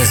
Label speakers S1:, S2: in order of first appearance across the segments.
S1: Ez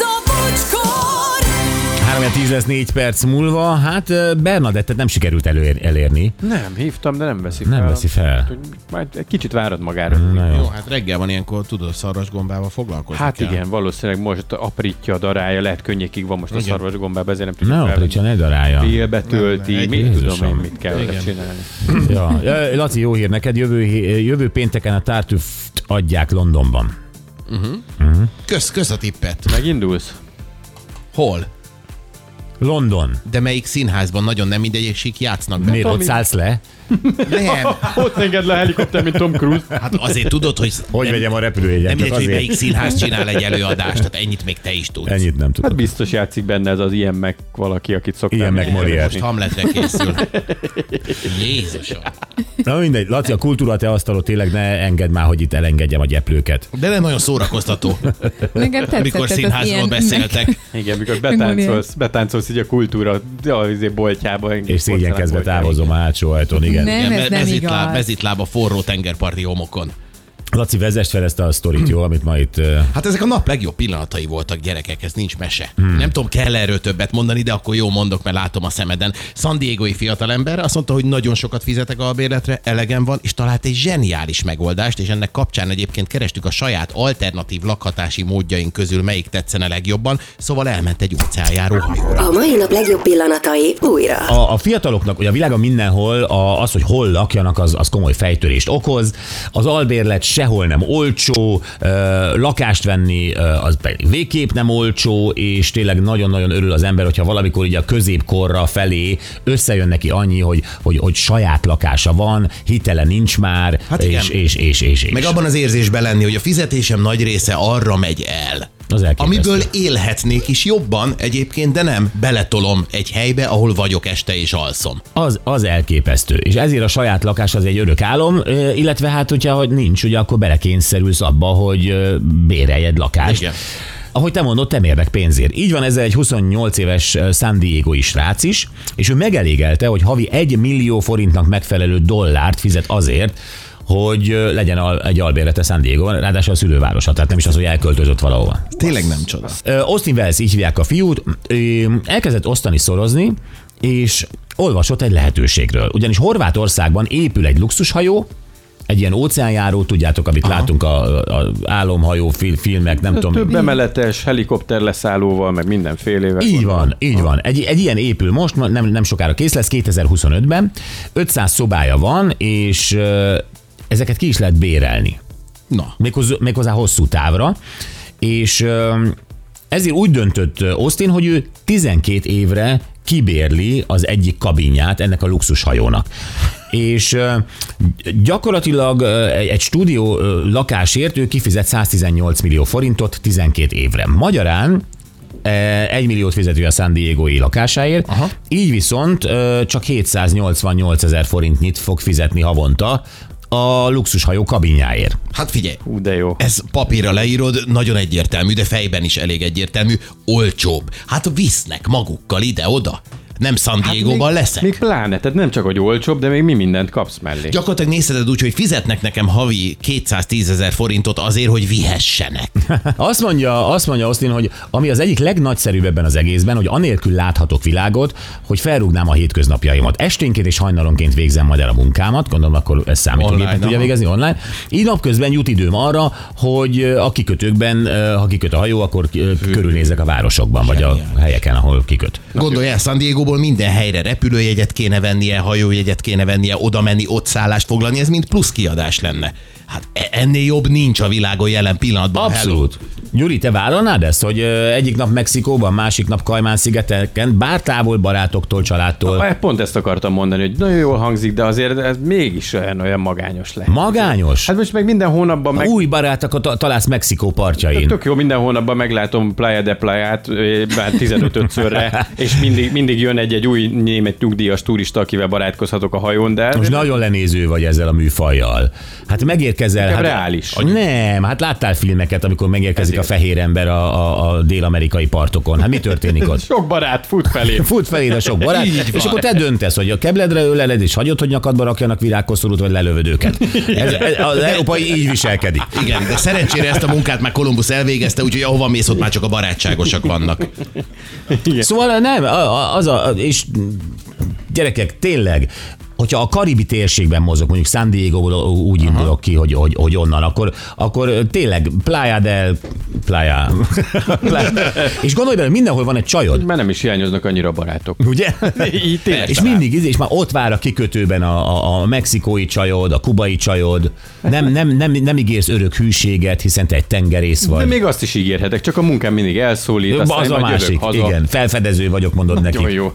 S2: a bocskor!
S3: 3 10 lesz 4 perc múlva, hát ö, Bernadettet nem sikerült elér, elérni.
S4: Nem, hívtam, de nem veszi
S3: Nem
S4: fel.
S3: veszi fel.
S4: Úgyhogy Majd egy kicsit várod magára.
S3: Na jó.
S5: Jó, hát reggel van ilyenkor, tudod, szarvas gombával foglalkozni
S4: Hát
S5: kell.
S4: igen, valószínűleg most aprítja, darálja, lehet könnyékig van most a
S5: Igen.
S4: szarvas gombába, ezért nem
S3: Ne
S4: tudja
S3: aprítsa,
S4: fel.
S3: ne darálja.
S4: Félbe tölti,
S5: egy-
S4: mit
S3: Jézusom.
S4: tudom én, mit kell vele
S5: Igen.
S4: csinálni.
S3: Ja. Ö, Laci, jó hír neked, jövő, hé- jövő pénteken a tártüft adják Londonban.
S5: Kösz, kösz a tippet.
S4: Megindulsz?
S5: Hol?
S3: London.
S5: De melyik színházban? Nagyon nem mindegy, és sík játsznak be.
S3: Miért ott szállsz le?
S5: Nem.
S4: Ott enged le a helikopter, mint Tom Cruise.
S5: Hát azért tudod, hogy
S3: Hogy vegyem a repülőjegyet?
S5: nem mindegy,
S3: Csak
S5: hogy
S3: azért.
S5: melyik színház csinál egy előadást. Tehát ennyit még te is tudsz.
S3: Ennyit nem
S4: Hát
S3: tudom.
S4: biztos játszik benne ez az ilyen meg valaki, akit szoktál.
S3: Ilyen meg
S4: mindig
S3: Moriarty.
S5: Most Hamletre készül. Jézusom.
S3: Na mindegy, Laci, a kultúra te asztalot tényleg ne engedd már, hogy itt elengedjem a gyeplőket.
S5: De nem nagyon szórakoztató,
S6: Nekem tetszett
S5: amikor
S6: ez az
S5: színházról
S6: ilyen-
S5: beszéltek.
S4: Igen, mikor
S6: Meg
S4: betáncolsz, betáncolsz így a kultúra ja, azért boltjába. engem
S3: És szégyenkezve
S4: porcelán
S3: távozom a hátsó ajtón, igen.
S6: Nem, ez nem
S5: bezitláb,
S6: igaz.
S5: bezitláb a forró tengerparti homokon.
S3: Laci, vezest fel ezt a sztorit, jó, amit ma itt... ö,
S5: Hát ezek a nap legjobb pillanatai voltak, gyerekek, ez nincs mese. Hmm. Nem tudom, kell erről többet mondani, de akkor jó mondok, mert látom a szemeden. San Diegoi fiatalember azt mondta, hogy nagyon sokat fizetek a bérletre, elegem van, és talált egy zseniális megoldást, és ennek kapcsán egyébként kerestük a saját alternatív lakhatási módjaink közül, melyik tetszene legjobban, szóval elment egy óceánjáró hajóra.
S7: A mai nap legjobb pillanatai újra.
S3: A, a fiataloknak, ugye a világon mindenhol a, az, hogy hol lakjanak, az, az komoly fejtörést okoz. Az albérlet sehol nem olcsó, ö, lakást venni ö, az pedig végképp nem olcsó, és tényleg nagyon-nagyon örül az ember, hogyha valamikor így a középkorra felé összejön neki annyi, hogy, hogy, hogy saját lakása van, hitele nincs már,
S5: Hát igen.
S3: és, és, és, és, és.
S5: Meg abban az érzésben lenni, hogy a fizetésem nagy része arra megy el,
S3: Az elképesztő.
S5: amiből élhetnék is jobban egyébként, de nem beletolom egy helybe, ahol vagyok este és alszom.
S3: Az, az elképesztő. És ezért a saját lakás az egy örök álom, ö, illetve hát, hogyha hogy nincs, ugye akkor belekényszerülsz abba, hogy ö, béreljed lakást.
S5: Igen.
S3: Ahogy te mondod, te mérnek pénzért. Így van ezzel egy 28 éves ö, San Diego is srác is, és ő megelégelte, hogy havi 1 millió forintnak megfelelő dollárt fizet azért, hogy ö, legyen al- egy albérlete San Diego, ráadásul a szülővárosa, tehát nem is az, hogy elköltözött valahova.
S5: Tényleg nem csoda.
S3: Ö, Austin Wells, így hívják a fiút, ö, elkezdett osztani, szorozni, és olvasott egy lehetőségről. Ugyanis Horvátországban épül egy luxushajó, egy ilyen óceánjáró, tudjátok, amit Aha. látunk a, a álomhajó fil, filmek, nem tudom.
S4: Több emeletes helikopter leszállóval, meg mindenfélével.
S3: Így van, így van. Egy, egy ilyen épül most, ma- nem, nem sokára kész lesz, 2025-ben. 500 szobája van, és ö, ezeket ki is lehet bérelni.
S5: Na.
S3: méghozzá, méghozzá hosszú távra, és ö, ezért úgy döntött ö, Austin, hogy ő 12 évre kibérli az egyik kabinját ennek a luxushajónak. És ö, gyakorlatilag ö, egy egy stúdió ö, lakásért ő kifizet 118 millió forintot 12 évre. Magyarán ö, 1 milliót fizető a San Diego-i lakásáért, Aha. így viszont ö, csak 788 ezer forintnyit fog fizetni havonta a luxushajó kabinjáért.
S5: Hát figyelj,
S4: Ú, de jó.
S5: ez papírra leírod, nagyon egyértelmű, de fejben is elég egyértelmű, olcsóbb. Hát visznek magukkal ide-oda. Nem San
S4: Hát
S3: Hát
S5: Diego-ban
S4: még-
S5: leszek.
S4: Még pláne, tehát nem csak, hogy olcsóbb, de még mi mindent kapsz mellé.
S5: Gyakorlatilag nézheted úgy, hogy fizetnek nekem havi 210 ezer forintot azért, hogy vihessenek.
S3: Azt mondja, azt mondja Austin, hogy ami az egyik legnagyszerűbb ebben az egészben, hogy anélkül láthatok világot, hogy felrúgnám a hétköznapjaimat. Esténként és hajnalonként végzem majd el a munkámat, gondolom akkor ezt számítógépen
S5: Online,
S3: tudja
S5: aha.
S3: végezni online. Így napközben jut időm arra, hogy ö, a kikötőkben, ö, ha kiköt a hajó, akkor ö, körülnézek a városokban, vagy a helyeken, ahol kiköt.
S5: Gondolj el, San Diego-ból minden helyre repülőjegyet kéne vennie, hajójegyet kéne vennie, oda menni, ott szállást foglalni, ez mind plusz kiadás lenne. Hát e- ennél jobb nincs a világon jelen pillanatban.
S3: Abszolút. Gyuri, te vállalnád ezt, hogy ö, egyik nap Mexikóban, másik nap Kajmán-szigeteken, bár távol barátoktól, családtól.
S4: Ah, Pont ezt akartam mondani, hogy nagyon jól hangzik, de azért ez mégis olyan, olyan magányos lehet.
S3: Magányos.
S4: Hát most meg minden hónapban meg... Hát
S3: Új barátokat ta- találsz Mexikó partjain.
S4: Tök jó, minden hónapban meglátom Playa de Playát, eh, bár 15 szörre, és mindig, mindig jön egy-egy új német nyugdíjas turista, akivel barátkozhatok a hajón, de
S3: Most nagyon lenéző vagy ezzel a műfajjal. Hát megérkezel.
S4: Inkább
S3: Hát,
S4: reális.
S3: Nem, hát láttál filmeket, amikor megérkezik a fehér ember a, a, a dél-amerikai partokon. Hát mi történik ott?
S4: sok barát fut felé.
S3: Fut feléd a sok barát, és akkor te döntesz, hogy a kebledre öleled, és hagyod, hogy nyakadba rakjanak virágkoszorút, vagy lelövöd őket. Ez, ez, az európai így viselkedik.
S5: Igen, de szerencsére ezt a munkát már Kolumbusz elvégezte, úgyhogy ahova mész, ott már csak a barátságosak vannak.
S3: Szóval nem, a- a- az a, és gyerekek, tényleg, hogyha a karibi térségben mozog, mondjuk San diego úgy Aha. indulok ki, hogy, hogy, hogy onnan, akkor, akkor tényleg Playa del... Playa. Playa. és gondolj bele, mindenhol van egy csajod.
S4: Már nem is hiányoznak annyira barátok.
S3: Ugye?
S4: Így tényleg.
S3: és mindig, izé, és már ott vár a kikötőben a, a, a mexikói csajod, a kubai csajod. Nem, nem, nem, nem ígérsz örök hűséget, hiszen te egy tengerész vagy.
S4: De még azt is ígérhetek, csak a munkám mindig elszólít, aztán
S3: az
S4: én
S3: a
S4: majd jövök
S3: másik,
S4: haza.
S3: igen, felfedező vagyok, mondod neki.
S4: Nagyon jó.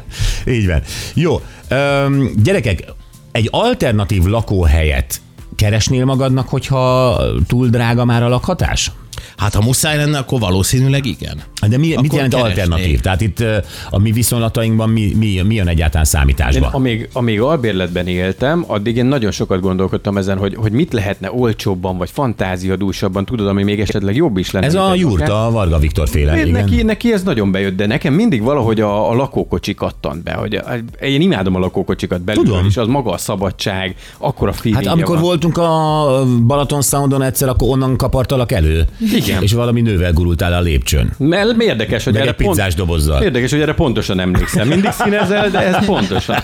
S3: Így van. Jó, öm, gyerekek, egy alternatív lakóhelyet keresnél magadnak, hogyha túl drága már a lakhatás?
S5: Hát ha muszáj lenne, akkor valószínűleg igen.
S3: De mi, mit
S5: Akkor
S3: jelent
S5: keresnék.
S3: alternatív? Tehát itt ö, a mi viszonylatainkban mi, mi, mi jön egyáltalán
S4: Én,
S3: számításba?
S4: amíg, amíg albérletben éltem, addig én nagyon sokat gondolkodtam ezen, hogy, hogy mit lehetne olcsóbban, vagy fantáziadúsabban, tudod, ami még esetleg jobb is lenne.
S3: Ez a
S4: mint egy lakás.
S3: jurta, a Varga Viktor féle,
S4: Én- Neki,
S3: igen.
S4: neki ez nagyon bejött, de nekem mindig valahogy a, a lakókocsi kattant be. Hogy a, én imádom a lakókocsikat belül,
S3: Tudom.
S4: és az maga a szabadság, akkor a feeling
S3: Hát amikor
S4: van.
S3: voltunk a Balaton Soundon egyszer, akkor onnan kapartalak elő.
S4: Igen.
S3: És valami nővel gurultál a lépcsőn.
S4: Mert érdekes, hogy
S3: Meg
S4: erre
S3: egy pizzás dobozzal.
S4: Érdekes, hogy erre pontosan emlékszem. Mindig színezel, de ez pontosan.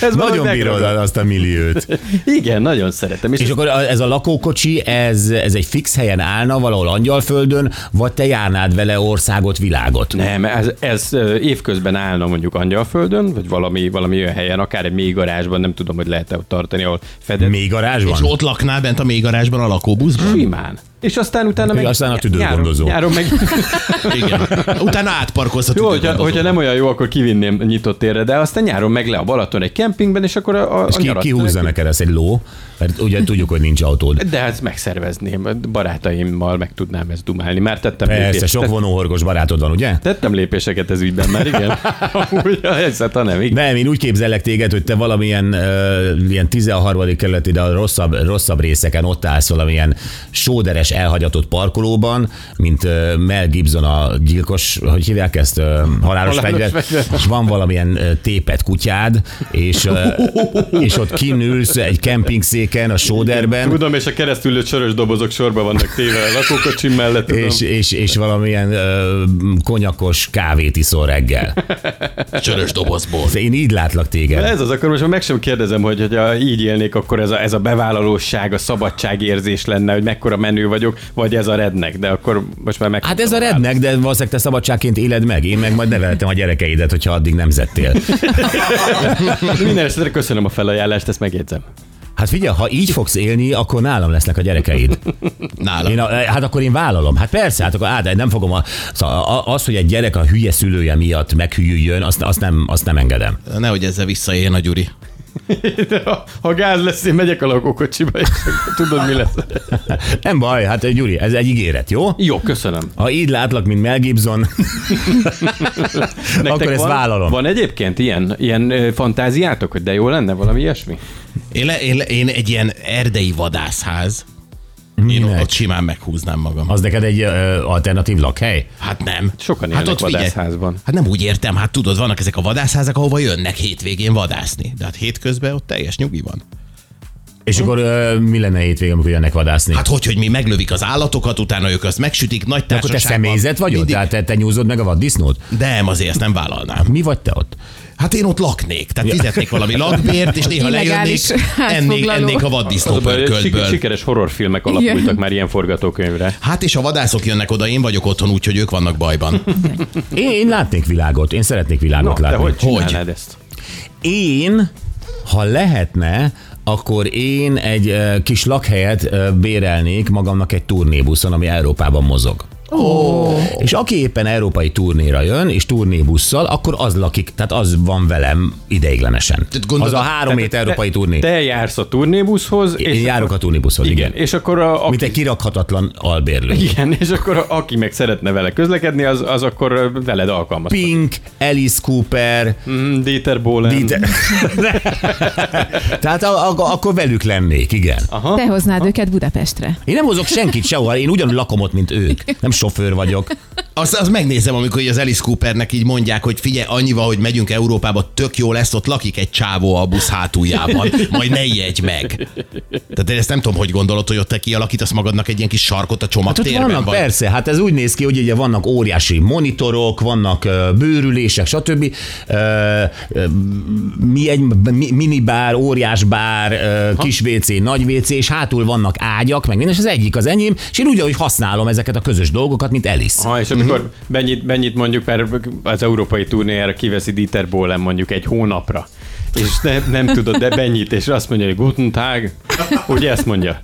S4: ez valahogy
S3: Nagyon bírod
S4: megragad.
S3: azt a milliót.
S4: Igen, nagyon szeretem. És,
S3: És akkor a- ez a lakókocsi, ez, ez egy fix helyen állna valahol Angyalföldön, vagy te járnád vele országot, világot?
S4: Nem, ez, ez ö, évközben állna mondjuk Angyalföldön, vagy valami, valami olyan helyen, akár egy mély garázsban, nem tudom, hogy lehet-e ott tartani, ahol fedett.
S3: Még garázsban?
S5: És ott laknál bent a mély garázsban a lakóbuszban?
S4: Simán. És aztán utána
S3: Ő
S4: meg...
S3: aztán a tüdőgondozó.
S4: Nyáron, nyáron meg...
S5: Igen. Utána átparkolsz a
S4: Jó, hogyha,
S5: tüdőgondozóba.
S4: hogyha nem olyan jó, akkor kivinném nyitott térre, de aztán nyáron meg le a Balaton egy kempingben, és akkor a, a,
S3: És
S4: a
S3: ki,
S4: nyarat-
S3: kihúzza neked ezt egy ló, mert ugye tudjuk, hogy nincs autód.
S4: De hát megszervezném, barátaimmal meg tudnám ezt dumálni. Már tettem
S3: Persze,
S4: lépést-
S3: sok vonóhorgos barátod van, ugye?
S4: Tettem lépéseket ez ügyben már, igen. Amúgy a helyzet, ha nem, igen.
S3: Nem, én úgy képzellek téged, hogy te valamilyen uh, ilyen 13. kerületi, de a rosszabb, rosszabb részeken ott állsz valamilyen sóderes, elhagyatott parkolóban, mint uh, Mel Gibson a gyilkos, hogy hívják ezt, uh, halálos, halálos fegyver, és van valamilyen uh, tépet kutyád, és, uh, és ott kinülsz egy kempingszéken a sóderben,
S4: Tudom, és a keresztülő sörös dobozok sorba vannak téve a lakókocsim mellett, tudom.
S3: és, és, és valamilyen uh, konyakos kávét iszol reggel.
S5: Csörös dobozból.
S3: Én így látlak téged.
S4: Ez az, akkor most már meg sem kérdezem, hogy hogyha így élnék, akkor ez a, ez a bevállalóság, a szabadságérzés lenne, hogy mekkora menő vagyok, vagy ez a rednek, de akkor most már meg...
S3: Hát ez a rednek, de valószínűleg te szabadságként éled meg. Én meg majd neveltem a gyerekeidet, hogyha addig nem zettél.
S4: Minden esetre köszönöm a felajánlást, ezt megjegyzem.
S3: Hát figyelj, ha így fogsz élni, akkor nálam lesznek a gyerekeid.
S5: Nálam.
S3: Én a, hát akkor én vállalom. Hát persze, hát akkor á, de nem fogom a, szóval a- az, hogy egy gyerek a hülye szülője miatt meghülyüljön, azt, azt, nem, azt nem engedem.
S5: Nehogy ezzel visszaéljen a Gyuri.
S4: De ha, ha gáz lesz, én megyek a lakókocsiba, és tudod, mi lesz.
S3: Nem baj, hát Gyuri, ez egy ígéret, jó?
S4: Jó, köszönöm.
S3: Ha így látlak, mint Mel Gibson,
S4: Nektek
S3: akkor ezt
S4: van,
S3: vállalom.
S4: Van egyébként ilyen, ilyen ö, fantáziátok, hogy de jó lenne valami ilyesmi?
S5: Én, le, én, le, én egy ilyen erdei vadászház. Én ott simán meghúznám magam.
S3: Az neked egy ö, alternatív lakhely?
S5: Hát nem.
S4: Sokan
S5: hát
S4: élnek
S5: figyelj.
S4: vadászházban.
S5: Hát nem úgy értem, hát tudod, vannak ezek a vadászházak, ahova jönnek hétvégén vadászni. De hát hétközben ott teljes nyugi van.
S3: És akkor ö, mi lenne hétvégén, amikor jönnek vadászni?
S5: Hm? Hát hogy, hogy mi meglövik az állatokat, utána ők azt megsütik, nagy
S3: akkor te
S5: társaságban.
S3: személyzet vagy ott?
S5: Mindig-
S3: Tehát te, te nyúzod meg a vaddisznót?
S5: Nem, azért ezt nem vállalnám.
S3: Mi vagy te ott?
S5: Hát én ott laknék, tehát fizetnék valami lakbért, és néha
S6: Illegális
S5: lejönnék, ennék,
S6: házfoglaló.
S5: ennék a vaddisznó
S4: Szóval, Sik-
S5: pörköltből.
S4: Sikeres horrorfilmek
S6: Igen.
S4: alapultak már ilyen forgatókönyvre.
S5: Hát és a vadászok jönnek oda, én vagyok otthon, úgyhogy ők vannak bajban.
S3: Én, én látnék világot, én szeretnék világot
S4: Na, de
S3: látni.
S4: hogy
S5: Hogy?
S4: csinálnád ezt?
S3: Én, ha lehetne, akkor én egy ö, kis lakhelyet ö, bérelnék magamnak egy turnébuszon, ami Európában mozog. Oh. És aki éppen európai turnéra jön, és turnébusszal, akkor az lakik, tehát az van velem ideiglenesen.
S5: Tehát gondolod-
S3: az a három hét európai turné.
S4: Te jársz a turnébuszhoz,
S3: Én
S4: és
S3: járok a turnébuszhoz, igen.
S4: igen. És akkor a, a
S3: Mint egy kirakhatatlan albérlő.
S4: igen, és akkor a, aki meg szeretne vele közlekedni, az, az akkor ö, veled alkalmaz.
S3: Pink, Alice Cooper,
S4: Mm, Dieter Bohlen.
S3: Dieter. Tehát a, a, akkor velük lennék, igen.
S6: Te hoznád őket Budapestre.
S3: Én nem hozok senkit sehol, én ugyanúgy lakom ott, mint ők. Nem sofőr vagyok. Hát,
S5: Azt, azt megnézem, amikor így az Alice Coopernek így mondják, hogy figyelj, annyival, hogy megyünk Európába, tök jó lesz, ott lakik egy csávó a busz hátuljában, majd ne ijedj meg. Tehát én ezt nem tudom, hogy gondolod, hogy ott te kialakítasz magadnak egy ilyen kis sarkot a
S3: Hát ott
S5: csomagtérben.
S3: vannak,
S5: vagy-
S3: persze, hát ez úgy néz ki, hogy ugye vannak óriási monitorok, vannak ö, bőrülések, stb. Ö, ö, Mi egy mi- minibár, óriás bár, ö, kis WC, nagy WC, és hátul vannak ágyak, meg minden, és az egyik az enyém, és én ugyanúgy használom ezeket a közös dolgokat, mint Alice.
S4: Ha, és amikor
S3: Mhm.
S4: mennyit, mennyit mondjuk már az európai turnéjára kiveszi Dieter Bohlen mondjuk egy hónapra, és ne, nem tudod, de mennyit, és azt mondja, hogy Guten Tag, ugye ezt mondja.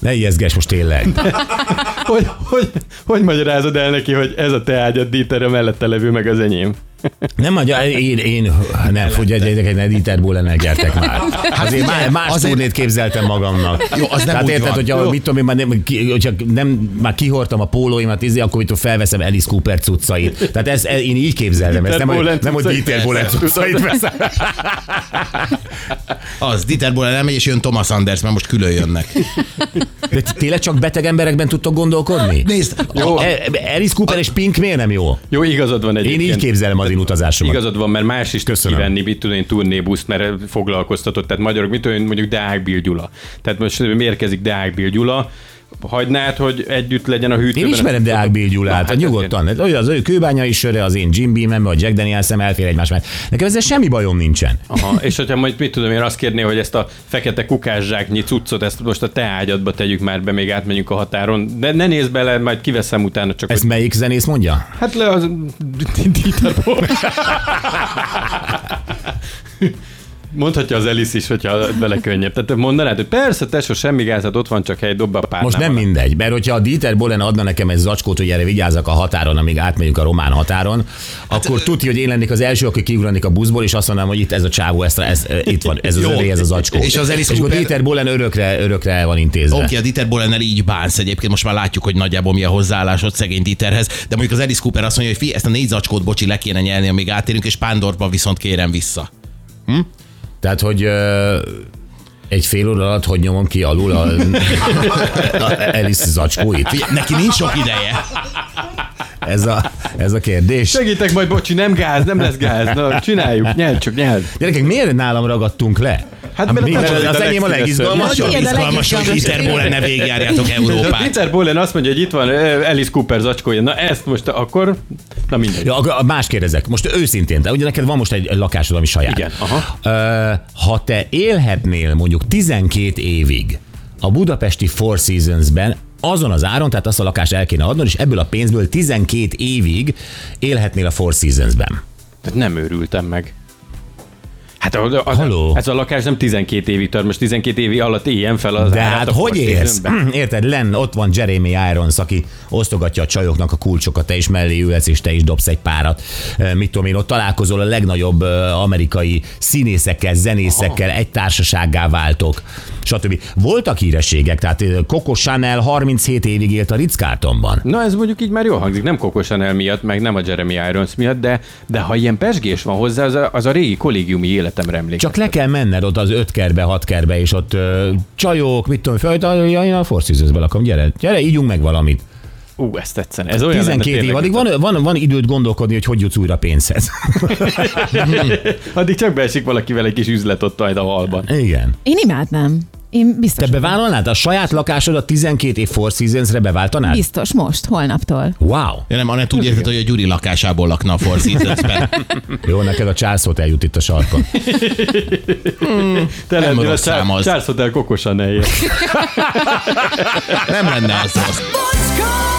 S3: Ne ijeszgess most tényleg.
S4: Hogy, hogy, hogy magyarázod el neki, hogy ez a te ágyad Dieter a mellette levő, meg az enyém?
S3: Nem mondja, én, én nem fogyadjétek egy Dieter Bullen gyertek már. Azért má, más azért... turnét képzeltem magamnak.
S5: Hát Jó, az nem
S3: Tehát
S5: úgy
S3: érted,
S5: van.
S3: hogyha,
S5: Jó.
S3: mit tudom én, már nem, ki, hogyha nem, már kihortam a pólóimat, izé, akkor mit tudom, felveszem Alice Cooper cuccait. Tehát ez, ez én így képzeltem ezt, nem, hogy,
S4: Bullen
S3: nem hogy
S4: cuccait.
S3: Dieter Bullen cuccait veszem.
S5: Az, Dieter Bohlen elmegy, és jön Thomas Anders, mert most külön jönnek.
S3: De ti tényleg csak beteg emberekben tudtok gondolkodni?
S5: Nézd,
S3: Jó. Alice Cooper és Pink miért nem jó?
S4: Jó, igazad van
S3: Én
S4: egyébként.
S3: így képzelem az én utazásomat.
S4: Igazad van, mert más is tud
S3: Köszönöm.
S4: kivenni, mit tudom én, turnébuszt, mert foglalkoztatott, tehát magyarok, mit tudom én, mondjuk Deák Bill Gyula. Tehát most érkezik Deák Bill Gyula, hagynád, hogy együtt legyen a hűtőben.
S3: Én ismerem Deák Bill
S4: Na,
S3: Gyulát,
S4: hát
S3: hát nyugodtan. Hát Olyan az ő kőbányai sörre, az én Jim Beam, vagy Jack Danielszem elfér egymás mellett. Nekem ezzel semmi bajom nincsen.
S4: Aha, és hogyha majd mit tudom én azt kérné, hogy ezt a fekete kukászsáknyi cuccot, ezt most a te ágyadba tegyük már be, még átmenjünk a határon. De ne nézd bele, majd kiveszem utána csak,
S3: Ezt
S4: hogy...
S3: melyik zenész mondja?
S4: Hát le az... Dieter Bohlen. Mondhatja az Elis is, hogyha vele könnyebb. Tehát mondanád, hogy persze, tesó, semmi gáz, hát ott van csak hely, dobd be a pár.
S3: Most nem mindegy, mert hogyha a Dieter Bolen adna nekem egy zacskót, hogy erre vigyázzak a határon, amíg átmegyünk a román határon,
S5: Hát,
S3: akkor tudja, hogy én lennék az első, aki kiugranik a buszból, és azt mondanám, hogy itt ez a csávó, ez, ez, itt van, ez az
S5: Jó.
S3: övé, ez a zacskó.
S5: És az Alice
S3: és akkor
S5: Cooper-
S3: Dieter Bolen örökre, örökre el van intézve.
S5: Oké, okay, a Dieter Bohlennel így bánsz egyébként, most már látjuk, hogy nagyjából mi a hozzáállásod szegény Dieterhez, de mondjuk az Alice Cooper azt mondja, hogy fi, ezt a négy zacskót bocsi le kéne nyelni, amíg átérünk, és Pándorba viszont kérem vissza.
S3: Tehát, hogy ö, egy fél óra alatt, hogy nyomom ki alul a, a Alice zacskóit.
S5: Figyelj, neki nincs sok ideje.
S3: Ez a, ez a kérdés.
S4: Segítek majd, bocsi, nem gáz, nem lesz gáz. Na, csináljuk, nyeld csak, nyeld.
S3: Gyerekek, miért nálam ragadtunk le?
S4: Hát, mert
S3: mi-
S4: a
S3: mert az
S4: tacsodit a
S3: enyém a
S4: legszívesebb.
S3: legizgalmasabb.
S5: Nagyon
S6: Tiéd a
S5: izgalmas, hogy
S6: legizgalmasabb.
S5: Dieter Bohlennel végigjárjátok Európát.
S4: Peter Bohlen azt mondja, hogy itt van ö, Alice Cooper zacskója. Na ezt most akkor, na mindegy.
S3: Ja, akkor más kérdezek. Most őszintén, te, ugye neked van most egy lakásod, ami saját.
S4: Igen, aha.
S3: Ö, ha te élhetnél mondjuk 12 évig a budapesti Four Seasons-ben, azon az áron, tehát azt a lakást el kéne adnod, és ebből a pénzből 12 évig élhetnél a Four Seasons-ben.
S4: Tehát Hát nem őrültem meg. Hát a, a,
S3: Halló?
S4: a, ez a lakás nem 12 évig tart, most 12 évi alatt éljen fel az
S3: De
S4: árat
S3: hát
S4: a
S3: hogy
S4: Four
S3: érsz?
S4: Seasonben.
S3: Érted, Len, ott van Jeremy Irons, aki osztogatja a csajoknak a kulcsokat, te is mellé ülsz, és te is dobsz egy párat. E, Mit tudom én, ott találkozol a legnagyobb ö, amerikai színészekkel, zenészekkel, egy társasággá váltok, stb. Voltak hírességek, tehát ö, Coco Chanel 37 évig élt a Ritz-Cartonban.
S4: Na ez mondjuk így már jól hangzik, nem kokosan el miatt, meg nem a Jeremy Irons miatt, de, de ha ilyen pesgés van hozzá, az a, az a régi kollégiumi életemre emlékszik.
S3: Csak le kell menned oda az ötkerbe, hatkerbe, és ott ö, csajok, mit tudom, föl, ja, én a Four Seasons-be lakom, gyere, gyere, ígyunk meg valamit.
S4: Ú, ezt tetszene. Ez olyan lenne
S3: 12 év,
S4: tényleg.
S3: addig van, van, van időt gondolkodni, hogy hogy jutsz újra pénzhez.
S4: addig csak beesik valakivel egy kis üzlet ott majd a halban.
S3: Igen.
S6: Én imádnám. Én biztos.
S3: Te bevállalnád? A saját lakásodat 12 év Four Seasons-re beváltanád?
S6: Biztos, most, holnaptól.
S3: Wow.
S5: Ja nem, Anett úgy érted, hogy a Gyuri lakásából lakna a Four Seasons-ben.
S3: Jó, neked a császót eljut itt a sarkon.
S4: Te lennél a
S5: rossz szám
S4: Charles
S5: az.
S4: Charles Hotel kokosan
S5: Nem lenne az rossz.
S2: Bocskor!